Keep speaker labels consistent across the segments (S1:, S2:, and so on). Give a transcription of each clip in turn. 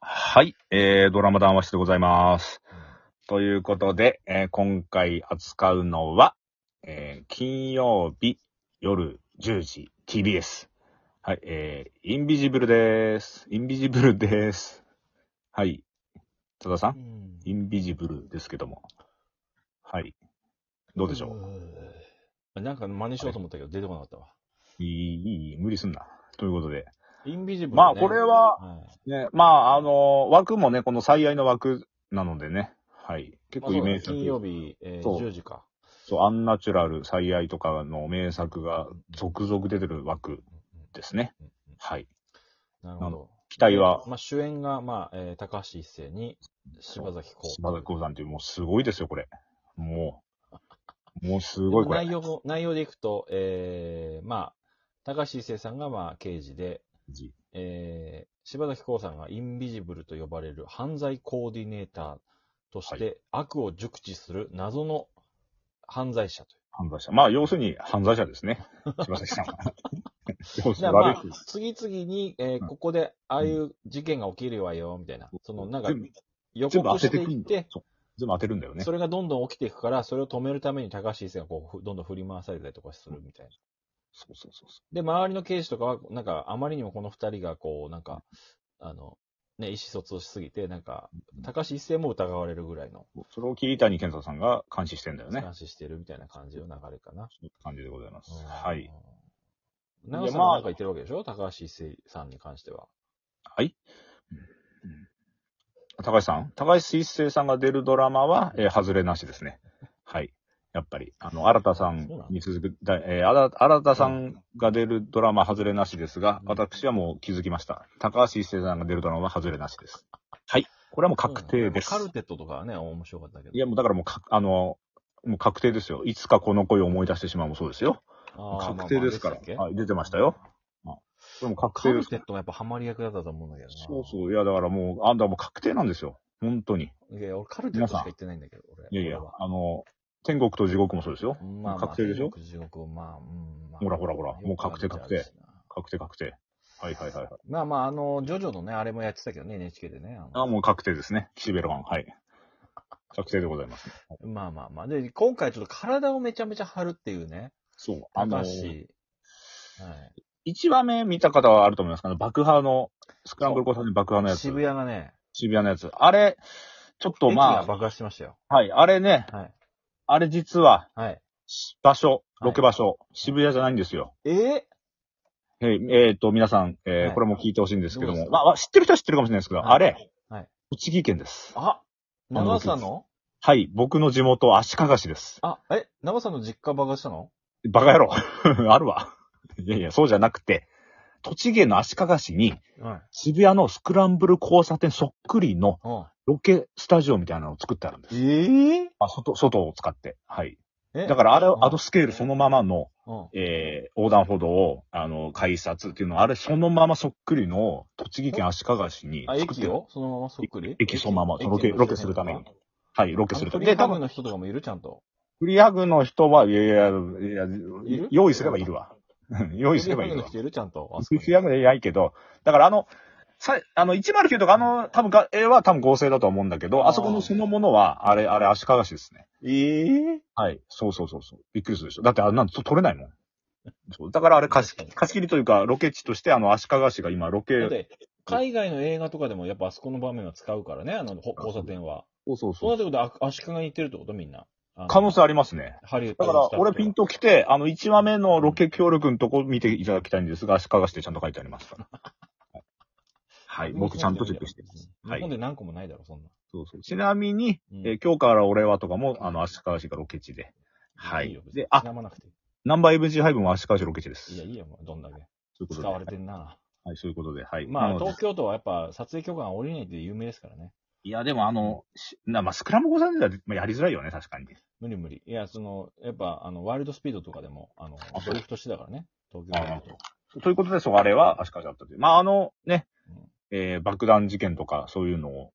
S1: はい、えー、ドラマ談話室でございます。ということで、えー今回扱うのは、えー金曜日夜10時 TBS。はい、えー、インビジブルです。インビジブルです。はい、多田さん、インビジブルですけども。はい、どうでしょう、
S2: うなんか真似しようと思ったけど、出てこなかったわ。
S1: いい、いい、無理すんな。ということで。
S2: インビジブル、
S1: まあこれは
S2: はい
S1: ね、まあ、あの枠もね、この最愛の枠なのでね。はい。結構イメージ。
S2: 金曜日、えー
S1: そう
S2: 10時か。
S1: そう、アンナチュラル、最愛とかの名作が続々出てる枠ですね。
S2: うんうん
S1: はい。
S2: なるほど。
S1: 期待は、
S2: まあ、主演が、まあ、えー高橋一生に、柴崎浩。
S1: 島崎幸さんっていう、もうすごいですよ、これ。もう。もうすごい、これ
S2: 内。容も、内容でいくと、えー、まあ、高橋一生さんが、まあ、刑事で、えー、柴崎浩さんがインビジブルと呼ばれる犯罪コーディネーターとして、
S1: は
S2: 悪を熟知する謎の犯罪者という。
S1: 犯罪者。まあ、要するに犯罪者ですね。島崎さん は。要す
S2: じ
S1: るに
S2: ゃあまあ
S1: 悪い人、
S2: 次々に、えー
S1: うん
S2: ここで、ああいう事件が起きるわよ、みたいな。その、なんか
S1: 全、部
S2: 予
S1: 全部当
S2: 告
S1: て
S2: してて
S1: く
S2: い
S1: ん
S2: っ
S1: だよ
S2: て、。
S1: そう全部当てるんだよね
S2: そ。れがどんどん起きていくから、それを止めるために高橋一生がこう、ふどんどん振り回されたりとかするみたいな。
S1: そうそうそうそ
S2: で、周りの刑事とかは、なんか、あまりにもこの二人が、こう、なんか、あの、ね、意思疎通しすぎて、なんか、高橋一生も疑われるぐらいの、
S1: う。それを桐谷健太さんが監視してんだよね。
S2: 監視してるみたいな感じの流れかな。
S1: そういう感じでございます
S2: うん。
S1: はい。。
S2: 長さん
S1: いやま
S2: も
S1: あ
S2: なんか言ってるわけでしょ高橋一生さんに関しては。
S1: はい。高橋さん高橋一生さんが出るドラマは、えー、外れなしですね。はい。やっぱり、あの、新田さんに続く、だえー、新新田さんが出るドラマは外れなしですが、
S2: うん
S1: 私はもう気づきました。高橋一生さんが出るドラマは外れなしです。はい。これはもう確定です。
S2: カルテットとかはね、面白かったけど。
S1: いや、もうだからもうか、あの、もう確定ですよ。いつかこの恋を思い出してしまうもそうですよ。
S2: あー
S1: 確定ですから
S2: まあまあでしたっけ
S1: はい出てましたよ。これも確
S2: カ
S1: 定で
S2: ル
S1: す
S2: テ。ットがやっぱハマり役だったと思うんだけどな。
S1: そうそう。いや、だからもう、あんたもう確定なんですよ。本当に。
S2: う。いや、俺カルテットしか言ってないんだけど、俺。
S1: いやいや
S2: 俺は、
S1: あの、天国と地獄もそうですよ。
S2: まあ、
S1: 確定でしょ
S2: まあ地獄まあ、うん、まあ。
S1: ほらほらほらもう確定確定
S2: よくあるじゃん。
S1: 確定確定。はいはいはいはい。
S2: まあまあ、あの、ジョジョのね、あれもやってたけどね、NHK でね。
S1: あ、
S2: う。
S1: もう確定ですね。岸辺露伴。はい。確定でございます。
S2: まあまあまあ。で、今回ちょっと体をめちゃめちゃ張るっていうね。
S1: そう。あ
S2: 高
S1: の、
S2: 橋。
S1: 1
S2: はい
S1: 話目見た方はあると思いますかね。爆破の、スクランブル交差点爆破のやつ。
S2: 渋谷がね、
S1: 渋谷のやつ。あれ、ちょっと
S2: 駅が
S1: ま
S2: 爆破してましたよ。
S1: あ、はい。あれね、
S2: はい。
S1: あれ実は、
S2: はい。
S1: 場所、
S2: はい
S1: ロケ場所、渋谷じゃないんですよ。
S2: えー
S1: えーえーと、皆さん、えー
S2: はい
S1: これも聞いてほしいんですけど
S2: どうで
S1: も、
S2: すか
S1: まあ、知ってる人は知ってるかもしれないですけど、
S2: はい
S1: あれ、
S2: はい
S1: 栃木県です。
S2: あ
S1: の
S2: 長さの
S1: はい、僕の地元、足利市です。
S2: あ、え長さの実家爆破したの
S1: バカ野郎。 あるわ。いやいや、そうじゃなくて、栃木県の足利市に
S2: はい。
S1: 渋谷のスクランブル交差点そっくりの
S2: うん。
S1: ロケスタジオみたいなのを作ってあるんです。
S2: ええ
S1: あ外、外を使って。はい。
S2: え
S1: だからあれ、
S2: うん
S1: あのスケールそのままの、
S2: うん。
S1: えー、横断歩道を、あの、改札っていうのは、あれそのままそっくりのを栃木県足利市に
S2: あ、
S1: 作って
S2: 駅
S1: る。
S2: をそのままそっくり
S1: 駅そのまま、ロケ、ロケするために。はい、ロケするために。
S2: で、
S1: で、
S2: 多
S1: 多分
S2: 分、の人とかもいるちゃんと。
S1: フリーハグの人は、いやいや、いや
S2: る
S1: 用意すればいるわ。 用意すればい
S2: フ
S1: るわ
S2: リーハグの。人いるちゃんと。あそこ
S1: フリーハグでないけど、だからあの、さあの、109とかあの、多分が、絵は多分合成だと思うんだけど、あそこのそのものは、あれ、あれ、足利市ですね。
S2: ええ
S1: はい。そうそうそうそう。びっくりするでしょ。だってあんなのと取れないもん。そう。だからあれ貸し
S2: 確かに
S1: 貸し切りというか、ロケ地として、あの、足利市が今、ロ
S2: だっ
S1: ケ、
S2: て、海外の映画とかでもやっぱあそこの場面は使うからね、あの、ほ交差点は。
S1: そうそう
S2: そ
S1: そう。
S2: うなってことは、あ足利に行ってるってことみんな。あの
S1: 可能性ありますね。
S2: ハリウッド
S1: だから、俺ピン
S2: と。
S1: と来て、あの、1話目のロケ協力のとこ見ていただきたいんですが、足利市ってちゃんと書いてありますから。 はい。僕ちゃんとチェックしてます。は
S2: 日本
S1: い。
S2: で何個もないだろ、そんな。
S1: そうそう。ちなみに、
S2: うん
S1: えー今日から俺はとかも、あの、足利市がロケ地で。は
S2: よ
S1: い。
S2: 別に
S1: で、あ、
S2: やまなくて。
S1: ナンバー MG5 も足利市ロケ地です。
S2: いや、いいよ、もうどんだけ。
S1: そういうこと
S2: 使
S1: で。
S2: われてんな。
S1: はい、そういうことで。はい。な
S2: まあ、
S1: ので
S2: 東京都はやっぱ撮影許可が下りないって有名ですからね。
S1: いや、でもあの、しなまあ、スクラムござんではまあやりづらいよね、確かに。
S2: 無理無理。いや、その、やっぱ、あの、ワイルドスピードとかでも、あの
S1: あ、そう
S2: ドリフトしてたからね。東京だと。
S1: ということで、そう、あれは足利だったという。まあ、あのね
S2: うん、
S1: えー爆弾事件とか、そういうのを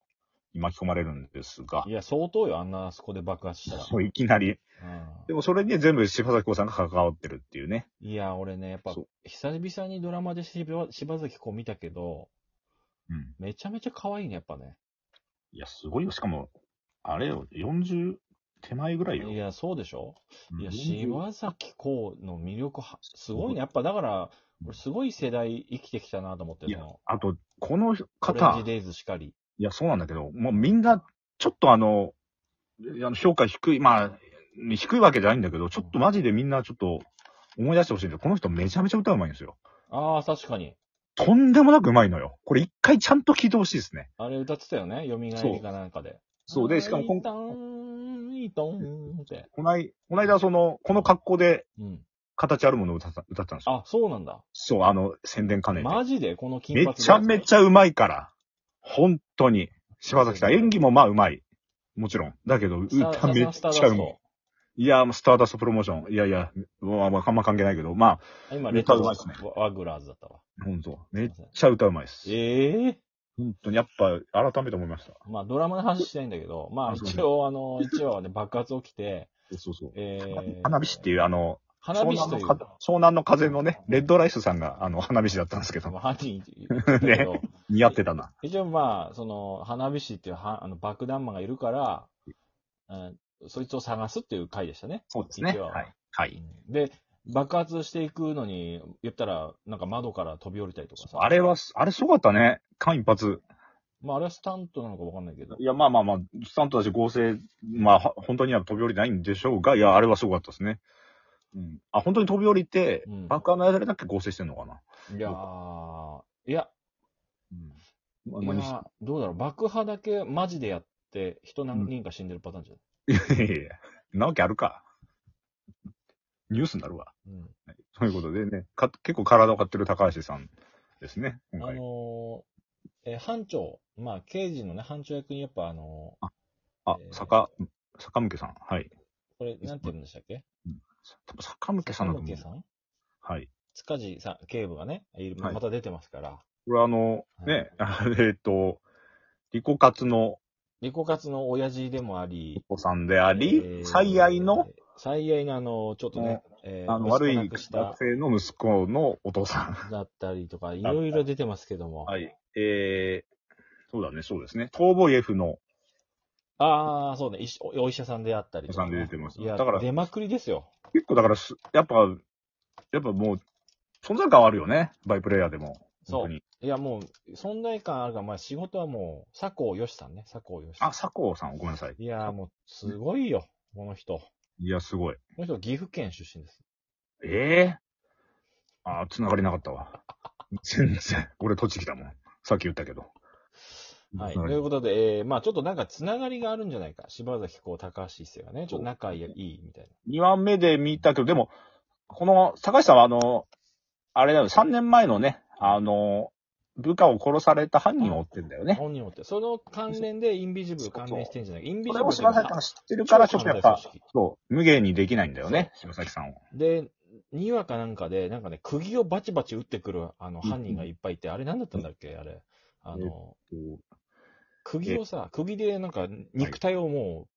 S1: 巻き込まれるんですが
S2: い、や、相当よ、あんなあそこで爆発したら。
S1: そういきなり。
S2: う
S1: でもそれに全部柴咲コウさんが関わってるっていうね。
S2: ん、いや、俺ね、やっぱ
S1: そう、
S2: 久々にドラマで柴柴崎子見たけど、
S1: うん。
S2: めちゃめちゃ可愛いね、やっぱね。
S1: いや、すごいよ。しかも、あれよ、40手前ぐらいよ。
S2: いや、そうでしょ
S1: うん、
S2: いや、
S1: 40
S2: 柴咲コウの魅力は、すごいね。やっぱだから、俺すごい世代生きてきたなと思って
S1: い
S2: る
S1: や
S2: の。
S1: あと、この
S2: オレン
S1: 方
S2: ジ、デイズしかり。
S1: いや、そうなんだけど、もうみんな、ちょっとあの、あの評価低い、まあ、低いわけじゃないんだけど、ちょっとマジでみんなちょっと思い出してほしいんだけど、この人めちゃめちゃ歌うまいんですよ。
S2: ああ、確かに。
S1: とんでもなくうまいのよ。これ一回ちゃんと聞いてほしいですね。
S2: あれ歌ってたよね。蘇りかなんかで。
S1: そうでしかもこん
S2: イトン、イトンって。
S1: こない、こないだその、この格好で
S2: うん。
S1: 形あるものを歌った歌ったんですよ。
S2: あ、そうなんだ。
S1: そう、あの、宣伝兼ねて。
S2: マジでこの金髪
S1: めちゃめちゃうまいから。本当に。柴崎さん、演技もまあうまい。もちろん。だけど、
S2: ゃ
S1: 歌めっちゃうまい。いや、もうスターダストプロモーション。いやいや、まあまああんま関係ないけど、ま
S2: あ今、レ
S1: レ
S2: ッ
S1: ッ
S2: ド
S1: ドブルーですね
S2: ワグラーズだったわ。
S1: あ、本当めっちゃ歌うまいです。
S2: ええ
S1: 本当に、やっぱ、改めて思いました。
S2: まあ、ドラマの話しないんだけど、まあ、
S1: あそうね
S2: 一応、あの、一話はね、爆発起きて、
S1: そうそう。
S2: えー、
S1: 花火師っていう、あの、
S2: 花火師という、
S1: 湘南の風湘南の風のね、レッドライスさんが、あの、花火師だったんですけ
S2: ま
S1: ど、
S2: あ犯人って言ったけど、
S1: 似合ってたな。
S2: 一応まあ、その、花火師っていうはあの爆弾魔がいるから、うん、そいつを探すっていう回でしたね。
S1: そうですね。
S2: 一応
S1: はい。はい。
S2: で、爆発していくのに、言ったら、なんか窓から飛び降りたりとかさ。
S1: あれは、あれすごかったね。間一髪。
S2: まあ、あれはスタントなのかわかんないけど
S1: い。や、まあまあまあ、スタントだし合成、まあ、は本当には飛び降りないんでしょうが、いや、あれはすごかったですね。うん。あ、本当に飛び降りて、
S2: うん
S1: 爆破の間だけ合成してんのかな。
S2: いやー、いや、
S1: うん。あ
S2: い
S1: んまり
S2: や、どうだろう。爆破だけマジでやって、人何人か死んでるパターンじゃ
S1: いやい やいや、なわけあるか。ニュースになるわ。
S2: ない、
S1: ということでね、か結構体を張ってる高橋さんですね、今
S2: あ
S1: 回。
S2: のーえー班長、まあ、刑事のね、班長役にやっぱあのー
S1: あ
S2: え、ー
S1: 坂、坂向さん。はい。
S2: これ、なんて言うんでしたっけ
S1: 多分坂向さんだと思
S2: 佐竹
S1: う。
S2: さん
S1: はい。
S2: 塚地さん、警部がね、いる
S1: はい
S2: また出てますから、
S1: これあの、ね、 えっと、リコカツの
S2: リコカツの親父でもあり、
S1: お子さんであり、
S2: えー
S1: 最愛の、、
S2: 最愛のあの、ちょっとね、えー
S1: あの、
S2: 息子
S1: 悪い
S2: 亡く
S1: 学
S2: した
S1: 生の息子のお父さん。
S2: だったりとか、いろいろ出てますけども。
S1: はい。えー、そうだね、そうですね。逃亡 F の、
S2: ああ、そうね医師お、お医者さんであったりとか、
S1: お医者さんで出てます
S2: いや、
S1: だから
S2: 出まくりですよ。
S1: 結構だからす、やっぱ、やっぱもう、存在感はあるよね。バイプレイヤーでも。
S2: そう
S1: 本当に。
S2: いや、もう、存在感あるから、まあ、仕事はもう、佐藤よしさんね、佐藤よしさん。
S1: あ、佐藤さん、ごめんなさい。
S2: いやー、もう、すごいよ、この人。こ
S1: いや、すごい。
S2: の人、岐阜県出身です。
S1: ええあー、繋がりなかったわ。全然。俺、栃木だもん。さっき言ったけど。
S2: はい。
S1: 繋
S2: と
S1: が
S2: い
S1: り
S2: うことで、えー、まあちょっとなんか、つながりがあるんじゃないか。柴崎こう、高橋一生がね、ちょっと仲いい、いいみたい
S1: 2話目で見たけど、でも、この、高橋さんはあの、あれだよ、3年前のね、あの、部下を殺された犯人を追ってんだよ
S2: な。
S1: ね。
S2: 本人をって。その関連で、インビジブル関連してんじゃないか。イン
S1: こ
S2: ビジ
S1: れ
S2: ブ
S1: も
S2: ル
S1: 柴崎さんが知ってるから、ちょっとやっぱ
S2: 超犯罪組、
S1: そう、無限にできないんだよね、柴崎さんを。
S2: で、にわかなんかで、なんかね、釘をバチバチ打ってくる、あの、犯人がいっぱいいて、あれなんだったんだっけあれ。あ
S1: えっ
S2: の、釘をさ、釘でなんか肉体をもう、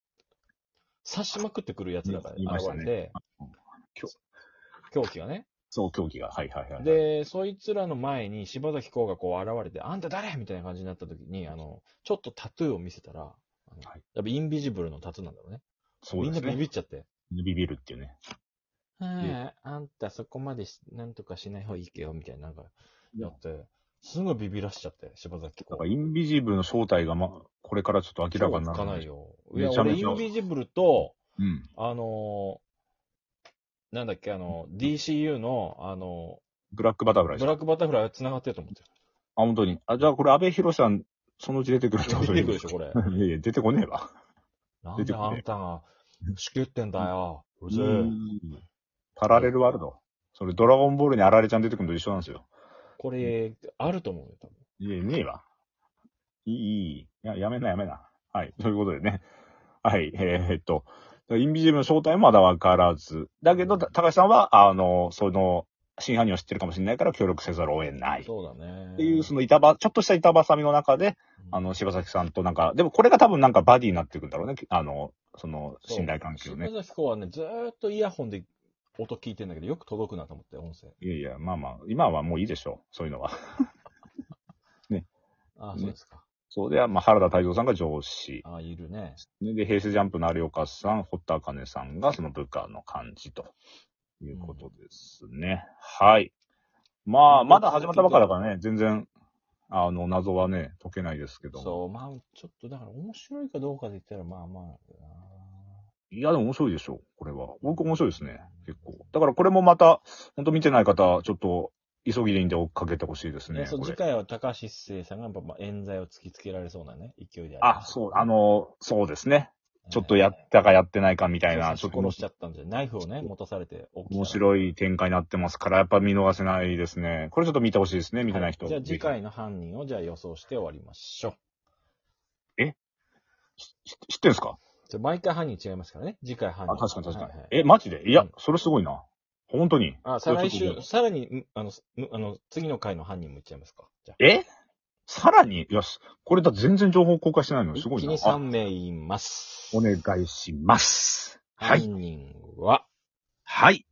S2: 刺しまくってくるやつらが
S1: いまし
S2: 現
S1: た
S2: れ
S1: ね
S2: て
S1: うん、狂
S2: 狂気がね。
S1: そう、狂気が。はいはいはい。、
S2: で、そいつらの前に柴崎公がこう現れて、あんた誰みたいな感じになった時に、あの、ちょっとタトゥーを見せたら、あの
S1: はい
S2: やっぱインビジブルのタトゥーなんだろうね。
S1: そう
S2: み
S1: で
S2: ん
S1: す
S2: なビ
S1: ね。
S2: ビっちゃって。
S1: ビビるっていうね。
S2: はい、あんたそこまでしなんとかしない方がいいけよ、みたいな、なんか、やって、すぐビビらしちゃって、柴崎
S1: だ
S2: 公
S1: から、インビジブルの正体が、ま、これからちょっと明らかになる。
S2: かない。よ。いや、
S1: めちゃめ
S2: 俺、イ
S1: ちゃ
S2: ンビジブルと、
S1: うん。
S2: あのーなんだっけ、あの、DCU の、あの
S1: ブラックバタフライ
S2: ブラックバタフライは繋がってると思って
S1: あ、本当に。あ、じゃあこれ安倍博さん、そのうち出てくるってこ
S2: る。
S1: と
S2: 出てくるでしょ、これ。
S1: いやいや、出てこねえわ。
S2: なんであんたが、しけってんだよ。うぜ
S1: パラレルワールド。それドラゴンボールにあられちゃん出てくるのと一緒なんですよ。
S2: これ、あると思うよ、多分。
S1: いや、ねえわ。いい、いい。いや、やめな、やめな。はい。ということでね。はい。えーっと、インビジブルの正体もまだわからず。だけど、た高橋さんは、あの、その、真犯人を知ってるかもしれないから協力せざるを得ない。っ
S2: そうだね。
S1: ていう、その板ば、ちょっとした板挟みの中で、あの、柴崎さんとなんか、でもこれが多分なんかバディになっていくんだろうね。あの、その、
S2: そう
S1: 信頼関係をね。
S2: 柴崎公はね、ずーっとイヤホンで音聞いてんだけど、よく届くなと思って、音声。
S1: いやいや、まあまあ、今はもういいでしょう。そういうのは。
S2: ああ、そうですか。
S1: そうで、まあ、原田泰造さんが上司。
S2: ああ、いるね。
S1: で、平成ジャンプの有岡さん、堀田茜さんがその部下の感じということですね。はい。まあ、まだ始まったばっかだからね、全然、あの、謎はね、解けないですけど。
S2: そう、まあ、ちょっと、だから面白いかどうかで言ったら、まあまああ
S1: いや、でも面白いでしょ、これは。僕面白いですね、結構。だからこれもまた、本当見てない方、ちょっと、急ぎでいいんで追っかけてほしいです
S2: ー。
S1: ね
S2: ね、。そう、
S1: これ
S2: 次回は高橋一生さんが、やっぱまあ、冤罪を突きつけられそうなね、勢いで
S1: あ、そう、あ、の、そうですね。ちょっとや
S2: っ
S1: ったかやってないかみたい
S2: な
S1: な、
S2: い
S1: ちょっと
S2: 殺しちゃったんで、ナイフをね、持たされて、
S1: 面
S2: い。
S1: 白い展開になってますから、やっぱ見逃せないですね。これちょっと見てほしいですね、見てない人。
S2: はじゃあ次回の犯人を、じゃあ予想して終わりましょう。
S1: し。知ってんすか
S2: じゃあ毎回犯人違いますからね、次回犯人。
S1: あ、確かに確かに
S2: はいはい。
S1: え、マジでいうや
S2: ん、
S1: それすごいな。本当に。
S2: あ、再来
S1: ちょっ
S2: 週、
S1: と
S2: さらに、んあの、すんあの、次の回の犯人もいっちゃいますか。じゃあ
S1: えさらにいや、すこれだ、全然情報公開してないのすごい
S2: 一気
S1: な
S2: に。3
S1: あ
S2: 名います。
S1: お願いします。はい。
S2: 犯人は、
S1: はい。